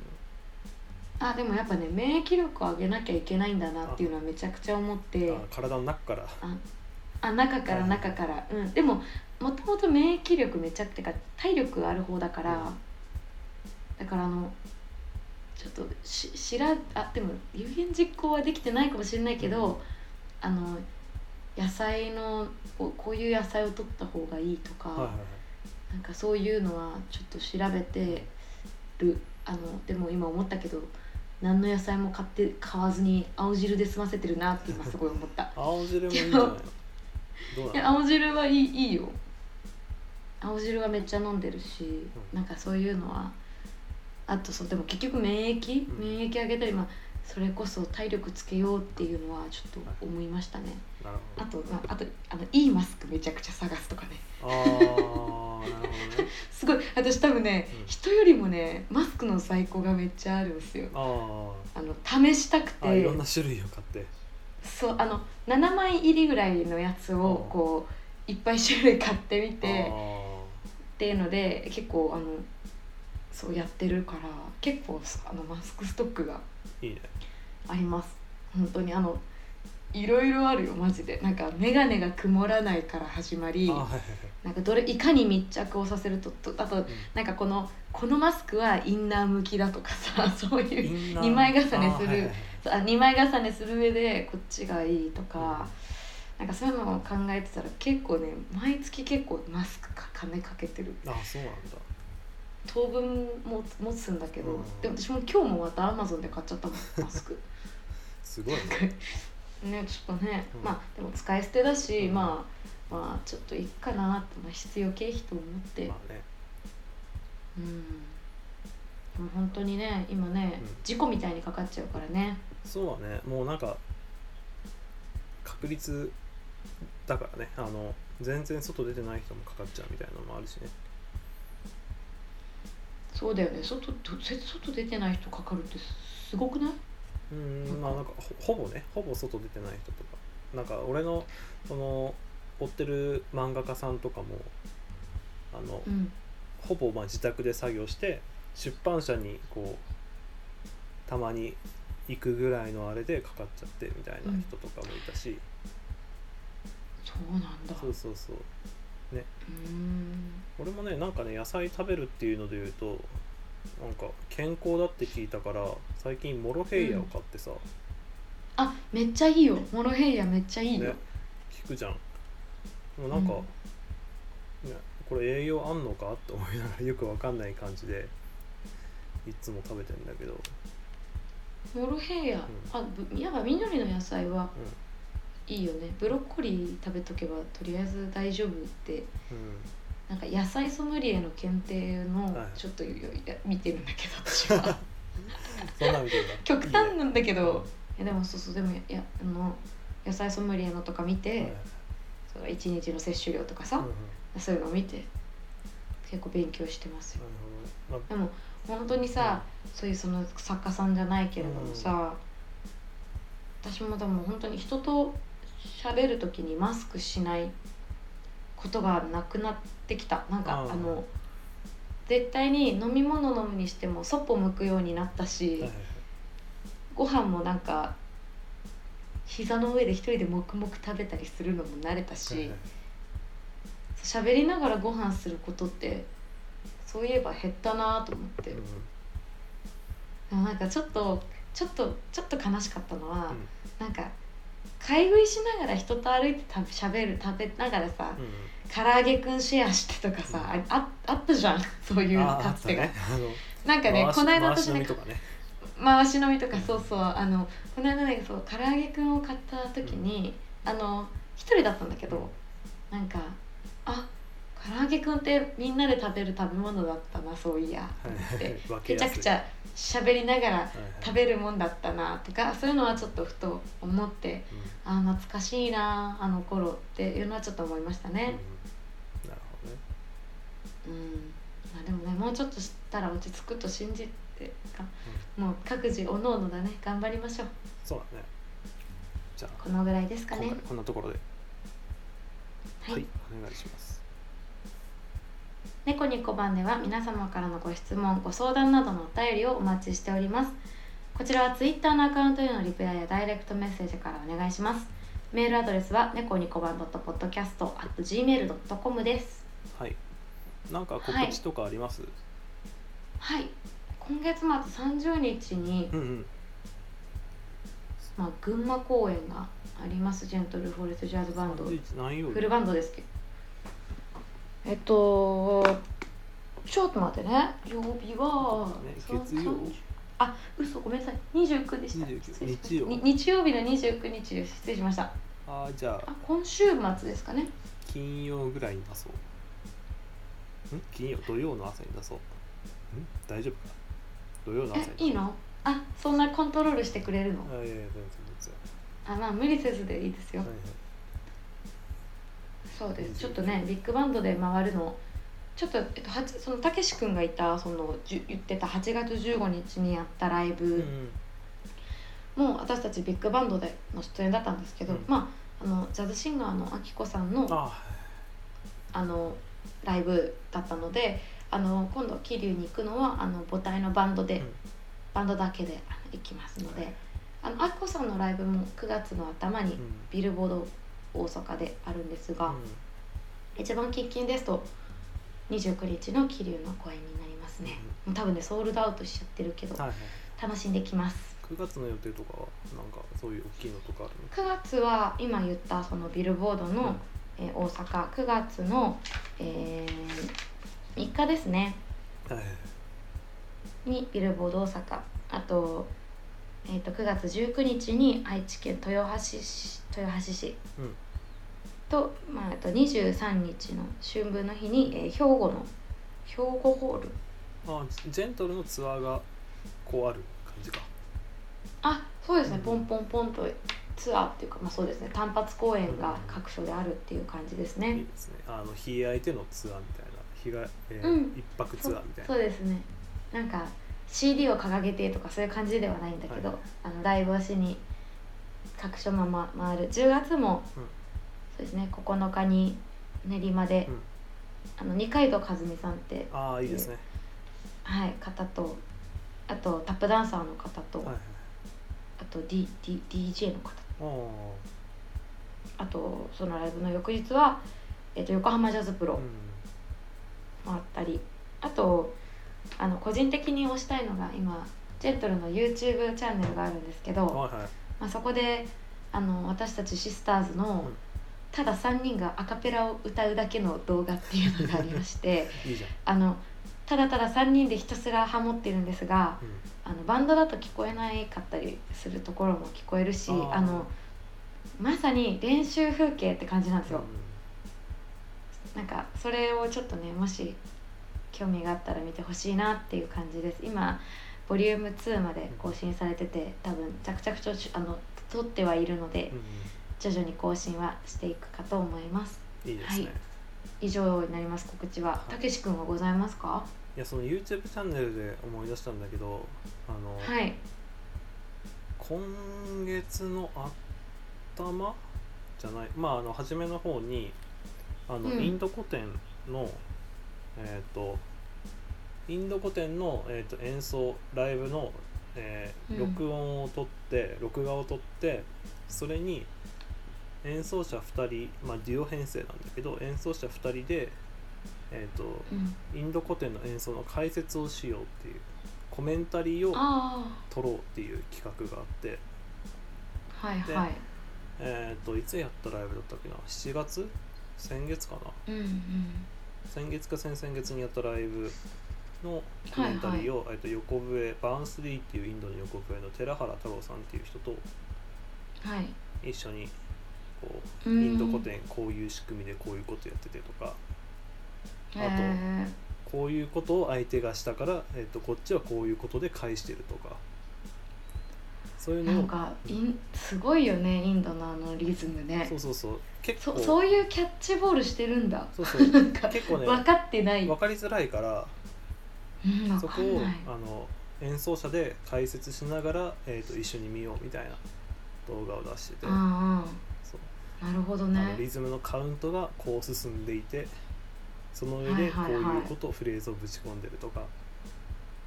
Speaker 3: あでもやっぱね免疫力を上げなきゃいけないんだなっていうのはめちゃくちゃ思って
Speaker 2: の、あ体の中から
Speaker 3: あ中から中から、うんでももともと免疫力めちゃってか体力がある方だから、
Speaker 2: うん
Speaker 3: だからあのちょっとし知らあでも有言実行はできてないかもしれないけど、
Speaker 2: うん
Speaker 3: あの野菜のこうこういう野菜を取った方がいいとか、
Speaker 2: はいはいはい
Speaker 3: なんかそういうのはちょっと調べてるあのでも今思ったけど何の野菜も買って買わずに青汁で済ませてるなって今すごい思った。
Speaker 2: 青汁もいいんじゃないのどう
Speaker 3: い
Speaker 2: な
Speaker 3: や青汁はいいいいよ青汁はめっちゃ飲んでるし、
Speaker 2: うん
Speaker 3: なんかそういうのはあとそうでも結局免疫、
Speaker 2: うん
Speaker 3: 免疫上げたり、まあ、それこそ体力つけようっていうのはちょっと思いましたね
Speaker 2: のなる
Speaker 3: あと、まあ、あとあのいいマスクめちゃくちゃ探すとかね
Speaker 2: ほどああーなるほどね
Speaker 3: すごい私多分ね、
Speaker 2: うん
Speaker 3: 人よりもねマスクの在庫がめっちゃあるんですよ
Speaker 2: あ
Speaker 3: あの試したく
Speaker 2: ーあいろ
Speaker 3: て
Speaker 2: んな種類を買って
Speaker 3: そうあの7枚入りぐらいのやつを
Speaker 2: うん
Speaker 3: こういっぱい種類買ってみて。
Speaker 2: あ
Speaker 3: っていうので結構あのそうやってるから結構あのマスクストックが
Speaker 2: ーいいね
Speaker 3: あります本当にあのいろいろあるよマジでなんか眼鏡が曇らないから始まり
Speaker 2: あーはいはい
Speaker 3: なんかどれいかに密着をさせるととあと
Speaker 2: はい
Speaker 3: なんかこ のこのマスクはインナー向きだとかさそう
Speaker 2: うん
Speaker 3: いう
Speaker 2: インナー
Speaker 3: 二枚重ねする
Speaker 2: あーはいはいはい
Speaker 3: あ2枚重ねする上でこっちがいいとか、なんかそういうのを考えてたら結構ね毎月結構マスクか金かけてる
Speaker 2: あそうなんだ
Speaker 3: 当分も持つんだけど、
Speaker 2: うん
Speaker 3: でも私も今日もまたアマゾンで買っちゃった もんマスク
Speaker 2: すごいね
Speaker 3: ねちょっとね、
Speaker 2: うん
Speaker 3: まあでも使い捨てだし、
Speaker 2: うん
Speaker 3: まあまあちょっといいかなって、まあ、必要経費と思って
Speaker 2: まあね
Speaker 3: うんでも本当にね今ね、
Speaker 2: うん
Speaker 3: 事故みたいにかかっちゃうからね
Speaker 2: そうだねもうなんか確率だからねあの全然外出てない人もかかっちゃうみたいなのもあるしね
Speaker 3: そうだよね外ど外出てない人かかるってすごくないう
Speaker 2: ーんまあなんかほほぼねほぼ外出てない人とかなんか俺のその追ってる漫画家さんとかもあの、
Speaker 3: うん
Speaker 2: ほぼまあ自宅で作業して出版社にこうたまに行くぐらいのあれでかかっちゃってみたいな人とかもいたし、
Speaker 3: そうなんだ
Speaker 2: そうそうそう
Speaker 3: うーん
Speaker 2: 俺もねなんかね野菜食べるっていうので言うとなんか健康だって聞いたから最近モロヘイヤを買ってさ、
Speaker 3: あめっちゃいいよモロヘイヤめっちゃいいよ、
Speaker 2: ね聞くじゃんもうなんか、ね、これ栄養あんのかって思いながらよくわかんない感じでいつも食べてんだけど、うん、
Speaker 3: モロヘイヤ、あぶやっぱ緑の野菜はいいよねブロッコリー食べとけばとりあえず大丈夫って
Speaker 2: う
Speaker 3: なんか野菜ソムリエの検定の
Speaker 2: はい
Speaker 3: ちょっとよ、や見てるんだけど私 は
Speaker 2: ん、そんなんみたいな
Speaker 3: 極端なんだけ
Speaker 2: うん
Speaker 3: どいやでもそうそうでもやあの野菜ソムリエのとか見て、その1日の摂取量とかさ、
Speaker 2: はいうんうん
Speaker 3: そういうのを見て結構勉強してますよ
Speaker 2: なるほどね、まあ
Speaker 3: でも本当にさ、そういうその作家さんじゃないけれどもさ、私もでも本当に人と喋る時にマスクしないことがなくなってきたなんか、
Speaker 2: うん
Speaker 3: あの絶対に飲み物飲むにしてもそっぽ向くようになったし、
Speaker 2: はいはいはい
Speaker 3: ご飯もなんか膝の上で一人で黙々食べたりするのも慣れたし。
Speaker 2: はいはい
Speaker 3: 喋りながらご飯することってそういえば減ったなと思って、
Speaker 2: うん
Speaker 3: でもなんかちょっとちょっとちょっと悲しかったのは、
Speaker 2: うん
Speaker 3: なんか買い食いしながら人と歩いて食べ喋る食べながらさ、
Speaker 2: うん
Speaker 3: 唐揚げくんシェアしてとかさ、
Speaker 2: う
Speaker 3: あああったじゃん そういう
Speaker 2: あーあ
Speaker 3: か
Speaker 2: っ
Speaker 3: つ
Speaker 2: た
Speaker 3: てが、
Speaker 2: ねあの
Speaker 3: なんかね
Speaker 2: 回し
Speaker 3: この間
Speaker 2: 回
Speaker 3: 私
Speaker 2: し飲
Speaker 3: ね
Speaker 2: みとかね
Speaker 3: 回し飲みとかそうそうあのこの間ねそう唐揚げくんを買った時に、あの一人だったんだけど、なんかあ唐揚げくんってみんなで食べる食べ物だったなそういや
Speaker 2: はいはいはい 分け
Speaker 3: めちゃ
Speaker 2: やす
Speaker 3: く
Speaker 2: い
Speaker 3: ちゃ喋りながら
Speaker 2: はいはい
Speaker 3: 食べるもんだったなとかそういうのはちょっとふと思って
Speaker 2: うん
Speaker 3: あ懐かしいなあの頃っていうのはちょっと思いました
Speaker 2: うん
Speaker 3: ね。
Speaker 2: なるほどね
Speaker 3: うんまあ、でもねもうちょっとしたら落ち着くと信じてか、もう各自おのおのだね頑張りましょう
Speaker 2: そうだねじゃあ
Speaker 3: このぐらいですか
Speaker 2: 今
Speaker 3: ね
Speaker 2: 回。こんなところで
Speaker 3: は
Speaker 2: はいいお願いします
Speaker 3: 猫にこ番では皆様からのご質問ご相談などのお便りをお待ちしておりますこちらは Twitter のアカウントへのリプライやダイレクトメッセージからお願いしますメールアドレスは猫にこばん .podcast.gmail.com です
Speaker 2: はいなんか告知とかあります、
Speaker 3: はい今月末30日に、
Speaker 2: うんうん
Speaker 3: まあ、群馬公演がありますジェントルフォレストジャズバンドフ
Speaker 2: 31何曜日
Speaker 3: ルバンドですけどえっとちょっと待ってね曜日は、
Speaker 2: ね
Speaker 3: その
Speaker 2: 月曜
Speaker 3: 30あ、嘘、ごめんなさい。二十九でした。
Speaker 2: 29
Speaker 3: 失礼しました
Speaker 2: 日曜
Speaker 3: に日曜日の二十九日です。失礼しました。
Speaker 2: あーじゃあ
Speaker 3: あ、今週末ですかね。
Speaker 2: 金曜ぐらいに出そうん金曜土曜の朝に出そうん大丈夫かな土曜の朝に
Speaker 3: え、いいの？あ、そんなコントロールしてくれるの
Speaker 2: あ？いやいや全然全
Speaker 3: あ、まあ無理せずでいいですよ
Speaker 2: 然は。いはい
Speaker 3: そうです。ちょっとね、ビッグバンドで回るの。ちょっとえっとはちそのたけし君がいたそのじゅ言ってた8月15日にやったライ
Speaker 2: うんう
Speaker 3: ブ
Speaker 2: ん
Speaker 3: も私たちビッグバンドでの出演だったんですけど、
Speaker 2: うん
Speaker 3: まああのジャズシンガーのあきこさんの
Speaker 2: あ
Speaker 3: あのライブだったのであの今度桐生に行くのはあの母体のバンドで、
Speaker 2: うん
Speaker 3: バンドだけであの行きますので、あのあきこさんのライブも9月の頭
Speaker 2: う
Speaker 3: に
Speaker 2: ん
Speaker 3: ビルボード大阪であるんですが、
Speaker 2: う
Speaker 3: 一番喫緊ですと29日の桐生の公演になります
Speaker 2: ん
Speaker 3: ね、もう多分ねソールドアウトしちゃってるけど、
Speaker 2: はいはい
Speaker 3: 楽しんできます
Speaker 2: 9月の予定とかはなんかそういう大きいのとかあるの
Speaker 3: 9月は今言ったそのビルボードの、えー大阪9月の、え3日ですね
Speaker 2: うんはい
Speaker 3: にビルボード大阪あと,、えー、と9月19日に愛知県豊橋市豊橋市、
Speaker 2: うん
Speaker 3: と,、まあ、あと23日の春分の日に、えー兵庫の兵庫ホール
Speaker 2: あジェントルのツアーがこうある感じか
Speaker 3: あそうですね、
Speaker 2: うん
Speaker 3: ポンポンポンとツアーっていうか、まあ、そうですね単発公演が各所であるっていう感じですね、
Speaker 2: いいですねあの日相手のツアーみたいな日が、えー
Speaker 3: うん
Speaker 2: 一泊ツアーみたい
Speaker 3: そ
Speaker 2: な
Speaker 3: うですねなんか CD を掲げてとかそういう感じではないんだけど、
Speaker 2: はい
Speaker 3: あのライブをしに各所まま回る10月も、
Speaker 2: うん
Speaker 3: そうですね9日に練馬で、
Speaker 2: うん
Speaker 3: あの二階堂和美さんって、
Speaker 2: ああいいですね、
Speaker 3: はい、方とあとタップダンサーの方と、
Speaker 2: はいはい
Speaker 3: あと、D D、DJ の方
Speaker 2: おお
Speaker 3: あとそのライブの翌日は、えっと横浜ジャズプ
Speaker 2: ー、
Speaker 3: ロ
Speaker 2: う
Speaker 3: もあったりあとあの個人的に推したいのが今ジェントルの YouTube チャンネルがあるんですけど、
Speaker 2: ん、はいはい
Speaker 3: まあ、そこであの私たちシスターズの
Speaker 2: うん
Speaker 3: ただ3人がアカペラを歌うだけの動画っていうのがありまして
Speaker 2: いいじゃん、
Speaker 3: あのただただ3人でひたすらハモってるんですが
Speaker 2: うん、
Speaker 3: あのバンドだと聞こえないかったりするところも聞こえるし
Speaker 2: あー
Speaker 3: あのまさに練習風景って感じなんですよ。なんかそれをちょっとねもし興味があったら見てほしいなっていう感じです今ボリューム2まで更新されてて多分着々としあの撮ってはいるので
Speaker 2: うん
Speaker 3: 徐々に更新はしていくかと思います
Speaker 2: うん、いいですね、
Speaker 3: はい以上になります告知は
Speaker 2: はい
Speaker 3: たけし君はございますか
Speaker 2: いやその YouTube チャンネルで思い出したんだけどあの、
Speaker 3: はい
Speaker 2: 今月の頭じゃないまああの初めの方にあの、
Speaker 3: うん
Speaker 2: インド古典のえっ、とインド古典の、えー、と演奏ライブの、えー
Speaker 3: うん
Speaker 2: 録音を撮って録画を撮ってそれに演奏者2人、まあ、デュオ編成なんだけど演奏者2人で、えー、と
Speaker 3: うん
Speaker 2: インド古典の演奏の解説をしようっていうコメンタリーを
Speaker 3: あ
Speaker 2: 撮ろうっていう企画があって、
Speaker 3: あはい
Speaker 2: で
Speaker 3: はい
Speaker 2: えー、といつやったライブだったっけな7月先月かな
Speaker 3: うんうん
Speaker 2: 先月か先々月にやったライブのコメンタリーを、えー、と横笛バーンスリーっていうインドの横笛の寺原太郎さんっていう人と
Speaker 3: はい
Speaker 2: 一緒にこう
Speaker 3: うん
Speaker 2: インド古典こういう仕組みでこういうことやっててとか
Speaker 3: へ
Speaker 2: と
Speaker 3: え
Speaker 2: こういうことを相手がしたから、えー、とこっちはこういうことで返してるとかそういう
Speaker 3: な
Speaker 2: のを
Speaker 3: んかインすごいよねインドのあのリズムね
Speaker 2: そうそうそう結
Speaker 3: そ
Speaker 2: 構
Speaker 3: そういうキャッチボールしてるんだ
Speaker 2: そうそう
Speaker 3: なんか
Speaker 2: 結 構ね
Speaker 3: 分かってない
Speaker 2: 分かりづらいから
Speaker 3: うん、わ
Speaker 2: そこ
Speaker 3: かん
Speaker 2: を
Speaker 3: ない
Speaker 2: あの演奏者で解説しながら、えー、と一緒に見ようみたいな動画を出してて
Speaker 3: あ
Speaker 2: そう
Speaker 3: あなるほど
Speaker 2: あの
Speaker 3: ね
Speaker 2: リズムのカウントがこう進んでいてその
Speaker 3: は
Speaker 2: 上
Speaker 3: い
Speaker 2: でこ
Speaker 3: は
Speaker 2: う
Speaker 3: いはい
Speaker 2: いうことをフレーズをぶち込んでるとか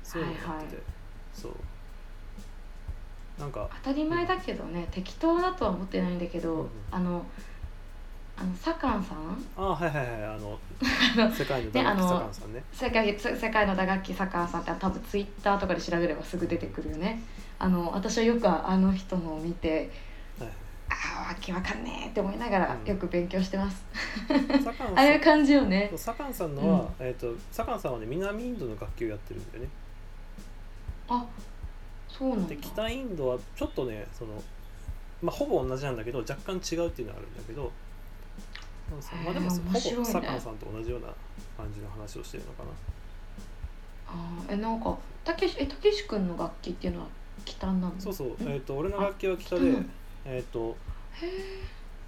Speaker 2: そういうのをやってて、
Speaker 3: はいはい
Speaker 2: そうなんか
Speaker 3: 当たり前だけどね適当だとは思ってないんだけど、
Speaker 2: うんうん
Speaker 3: あのあの左官さん
Speaker 2: ああはいはいはい あの
Speaker 3: の
Speaker 2: 世界の
Speaker 3: ね
Speaker 2: ダ
Speaker 3: あ
Speaker 2: ン
Speaker 3: の
Speaker 2: サカンさんね
Speaker 3: 世界世世界の打楽器左官さんって多分ツイッターとかで調べればすぐ出てくるよねあの私はよくあの人のを見て
Speaker 2: はい
Speaker 3: ああわけわかんねえって思いながら
Speaker 2: うん
Speaker 3: よく勉強してます、
Speaker 2: サカン
Speaker 3: ああ
Speaker 2: さ
Speaker 3: いうん感じよね
Speaker 2: そうサカンさんのは、えっ、とサカンさんはね南インドの楽器をやってるんだよね
Speaker 3: あそうなんだ
Speaker 2: で北インドはちょっとねその、まあ、ほぼ同じなんだけど若干違うっていうのはあるんだけどそうそうまあ、でも
Speaker 3: へえ
Speaker 2: ほぼ
Speaker 3: 面白いね
Speaker 2: サカンさんと同じような感じの話をしてるのかな
Speaker 3: あーえなんかたけしえたけし君の楽器っていうのは北なの
Speaker 2: そうそう、
Speaker 3: ん
Speaker 2: えー、と俺の楽器は北
Speaker 3: あ北
Speaker 2: で
Speaker 3: なの
Speaker 2: えっ、と
Speaker 3: へえ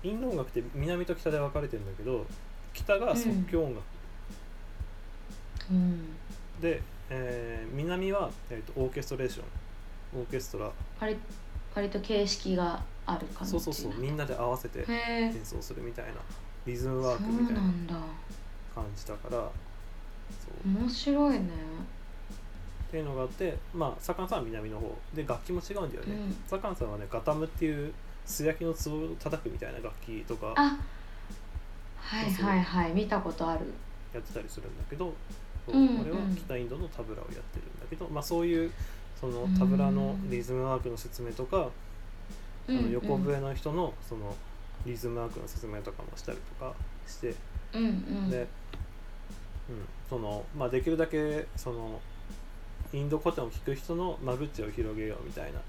Speaker 2: インド音楽って南と北で分かれてるんだけど北が即興音楽、
Speaker 3: うん
Speaker 2: で、えー南は、えー、とオーケストレーションオーケストラ
Speaker 3: 割割と形式がある感じ
Speaker 2: そうそうそうみんなで合わせて
Speaker 3: へえ
Speaker 2: 演奏するみたいなリズム
Speaker 3: そ
Speaker 2: ワークみた
Speaker 3: う
Speaker 2: い
Speaker 3: な
Speaker 2: なん
Speaker 3: だ
Speaker 2: 感じだからそう
Speaker 3: 面白いね
Speaker 2: っていうのがあってまあ左官さんは南の方で楽器も違うんだよね
Speaker 3: うん
Speaker 2: 左官、さんはねガタムっていう素焼きの壺を叩くみたいな楽器とか
Speaker 3: あはい
Speaker 2: そうそう
Speaker 3: はいはい見たことある
Speaker 2: やってたりするんだけど、
Speaker 3: うんうん
Speaker 2: そう俺は北インドのタブラをやってるんだけど、まあ、そういうそのタブラのリズムワークの説明とか、
Speaker 3: うん
Speaker 2: あの横
Speaker 3: うん
Speaker 2: 笛の人のそのリズムワークの説明とかもしたりとかして、
Speaker 3: うんうん
Speaker 2: で、うんそのまあ、できるだけそのインド古典を聞く人の間口を広げようみたいな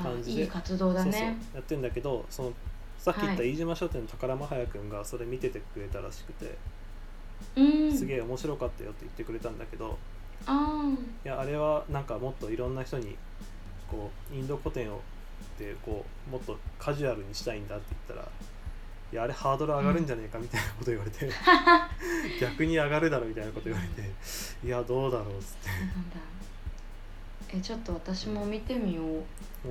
Speaker 3: あ
Speaker 2: 感じで
Speaker 3: いい活動だ
Speaker 2: そうそうや
Speaker 3: ね
Speaker 2: ってんだけどそのさっき言っ
Speaker 3: は
Speaker 2: た飯島書店の宝間隼君がそれ見ててくれたらしくて、
Speaker 3: うん
Speaker 2: すげえ面白かったよって言ってくれたんだけど
Speaker 3: あ
Speaker 2: いやあれはなんかもっといろんな人にこうインド古典をでこうもっとカジュアルにしたいんだって言ったらいやあれハードル上がるんじゃねえかみたいなこと言わ れて、逆に上がるだろみたいなこと言われていやどうだろうっつって
Speaker 3: あなんだえちょっと私も見てみよう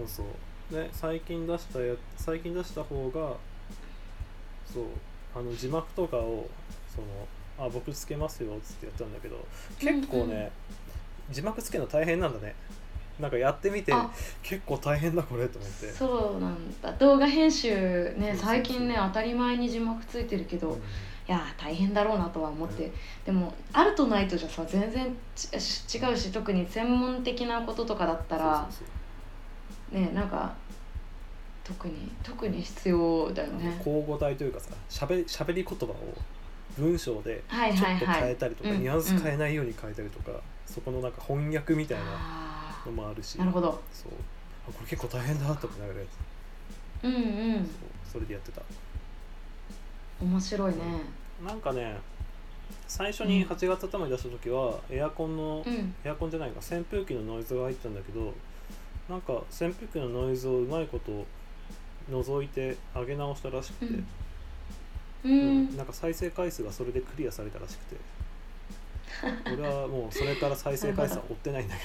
Speaker 2: そうそうで最近出したや最近出した方がそうあの字幕とかをそのあ僕つけますよっつってやったんだけど結構ね、
Speaker 3: うんうん
Speaker 2: 字幕つけるの大変なんだねなんかやってみて
Speaker 3: あ
Speaker 2: 結構大変だこれと思って
Speaker 3: そうなんだ動画編集
Speaker 2: そうそう
Speaker 3: ね
Speaker 2: そう
Speaker 3: 最近ね当たり前に字幕ついてるけど、
Speaker 2: うん
Speaker 3: いやー大変だろうなとは思って、でもあるとないとじゃさ全然ちし違うし特に専門的なこととかだったら
Speaker 2: そうそう
Speaker 3: ねなんか特に特に必要だよ
Speaker 2: そう
Speaker 3: ね
Speaker 2: 口語体というかさしゃべしゃべり言葉を文章で
Speaker 3: はい
Speaker 2: ちょ
Speaker 3: はい
Speaker 2: っと
Speaker 3: は
Speaker 2: 変え
Speaker 3: い
Speaker 2: たりとか、
Speaker 3: うんうん
Speaker 2: ニュアンス変えないように変えたりとか、そこのなんか翻訳みたいな
Speaker 3: あ
Speaker 2: のもあるし
Speaker 3: ーなるほど
Speaker 2: そうあこれ結構大変だと思いながらやってた
Speaker 3: うんうん
Speaker 2: そうそれでやってた
Speaker 3: 面白いね
Speaker 2: なんかね最初に
Speaker 3: うん
Speaker 2: 8月頭に出した時はエアコンの、
Speaker 3: うん
Speaker 2: エアコンじゃないか扇風機のノイズが入ったんだけどなんか扇風機のノイズをうまいこと除いて上げ直したらしくて、
Speaker 3: う
Speaker 2: うん
Speaker 3: ん
Speaker 2: なんか再生回数がそれでクリアされたらしくて俺はもうそれから再生回数は追ってないんだ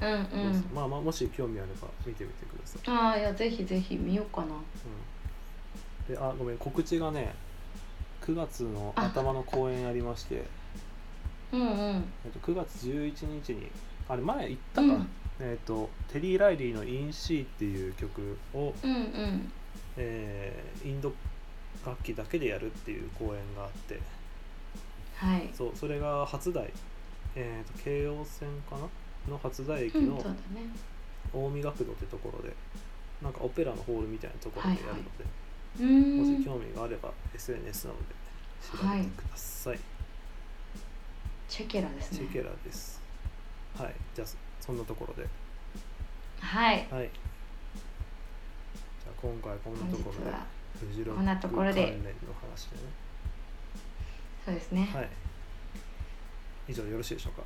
Speaker 2: け
Speaker 3: うんう
Speaker 2: ど、
Speaker 3: ん
Speaker 2: まあまあもし興味あれば見てみてください、
Speaker 3: ああいやぜひぜひ見ようかな
Speaker 2: うん、であごめん告知がね9月の頭の公演ありまして
Speaker 3: うんうん
Speaker 2: えっと、9月11日にあれ前言った
Speaker 3: う
Speaker 2: か、
Speaker 3: んうん
Speaker 2: えっとテリー・ライリーの「インシー」っていう曲を、
Speaker 3: うん
Speaker 2: えーインド楽器だけでやるっていう公演があって
Speaker 3: はい
Speaker 2: そうそれが初台、えー、と京王線かなの初台駅
Speaker 3: うん
Speaker 2: の
Speaker 3: そうだね
Speaker 2: 近江学堂ってところでなんかオペラのホールみたいなところでやるので、
Speaker 3: うーん
Speaker 2: もし興味があれば SNS なので調べてください、
Speaker 3: チェケラです
Speaker 2: チェケ
Speaker 3: ね
Speaker 2: ラですはいじゃあそそんなところで
Speaker 3: はい
Speaker 2: はい。じゃあ今回こんな
Speaker 3: 本
Speaker 2: と
Speaker 3: 日
Speaker 2: ころ
Speaker 3: は
Speaker 2: で、フジロック
Speaker 3: こんなところで
Speaker 2: 関連の話でね。
Speaker 3: そうですね
Speaker 2: はい。以上よろしいでしょうか。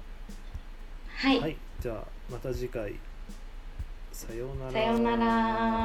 Speaker 3: はい、
Speaker 2: はい。じゃあまた次回。さようなら。
Speaker 3: さようなら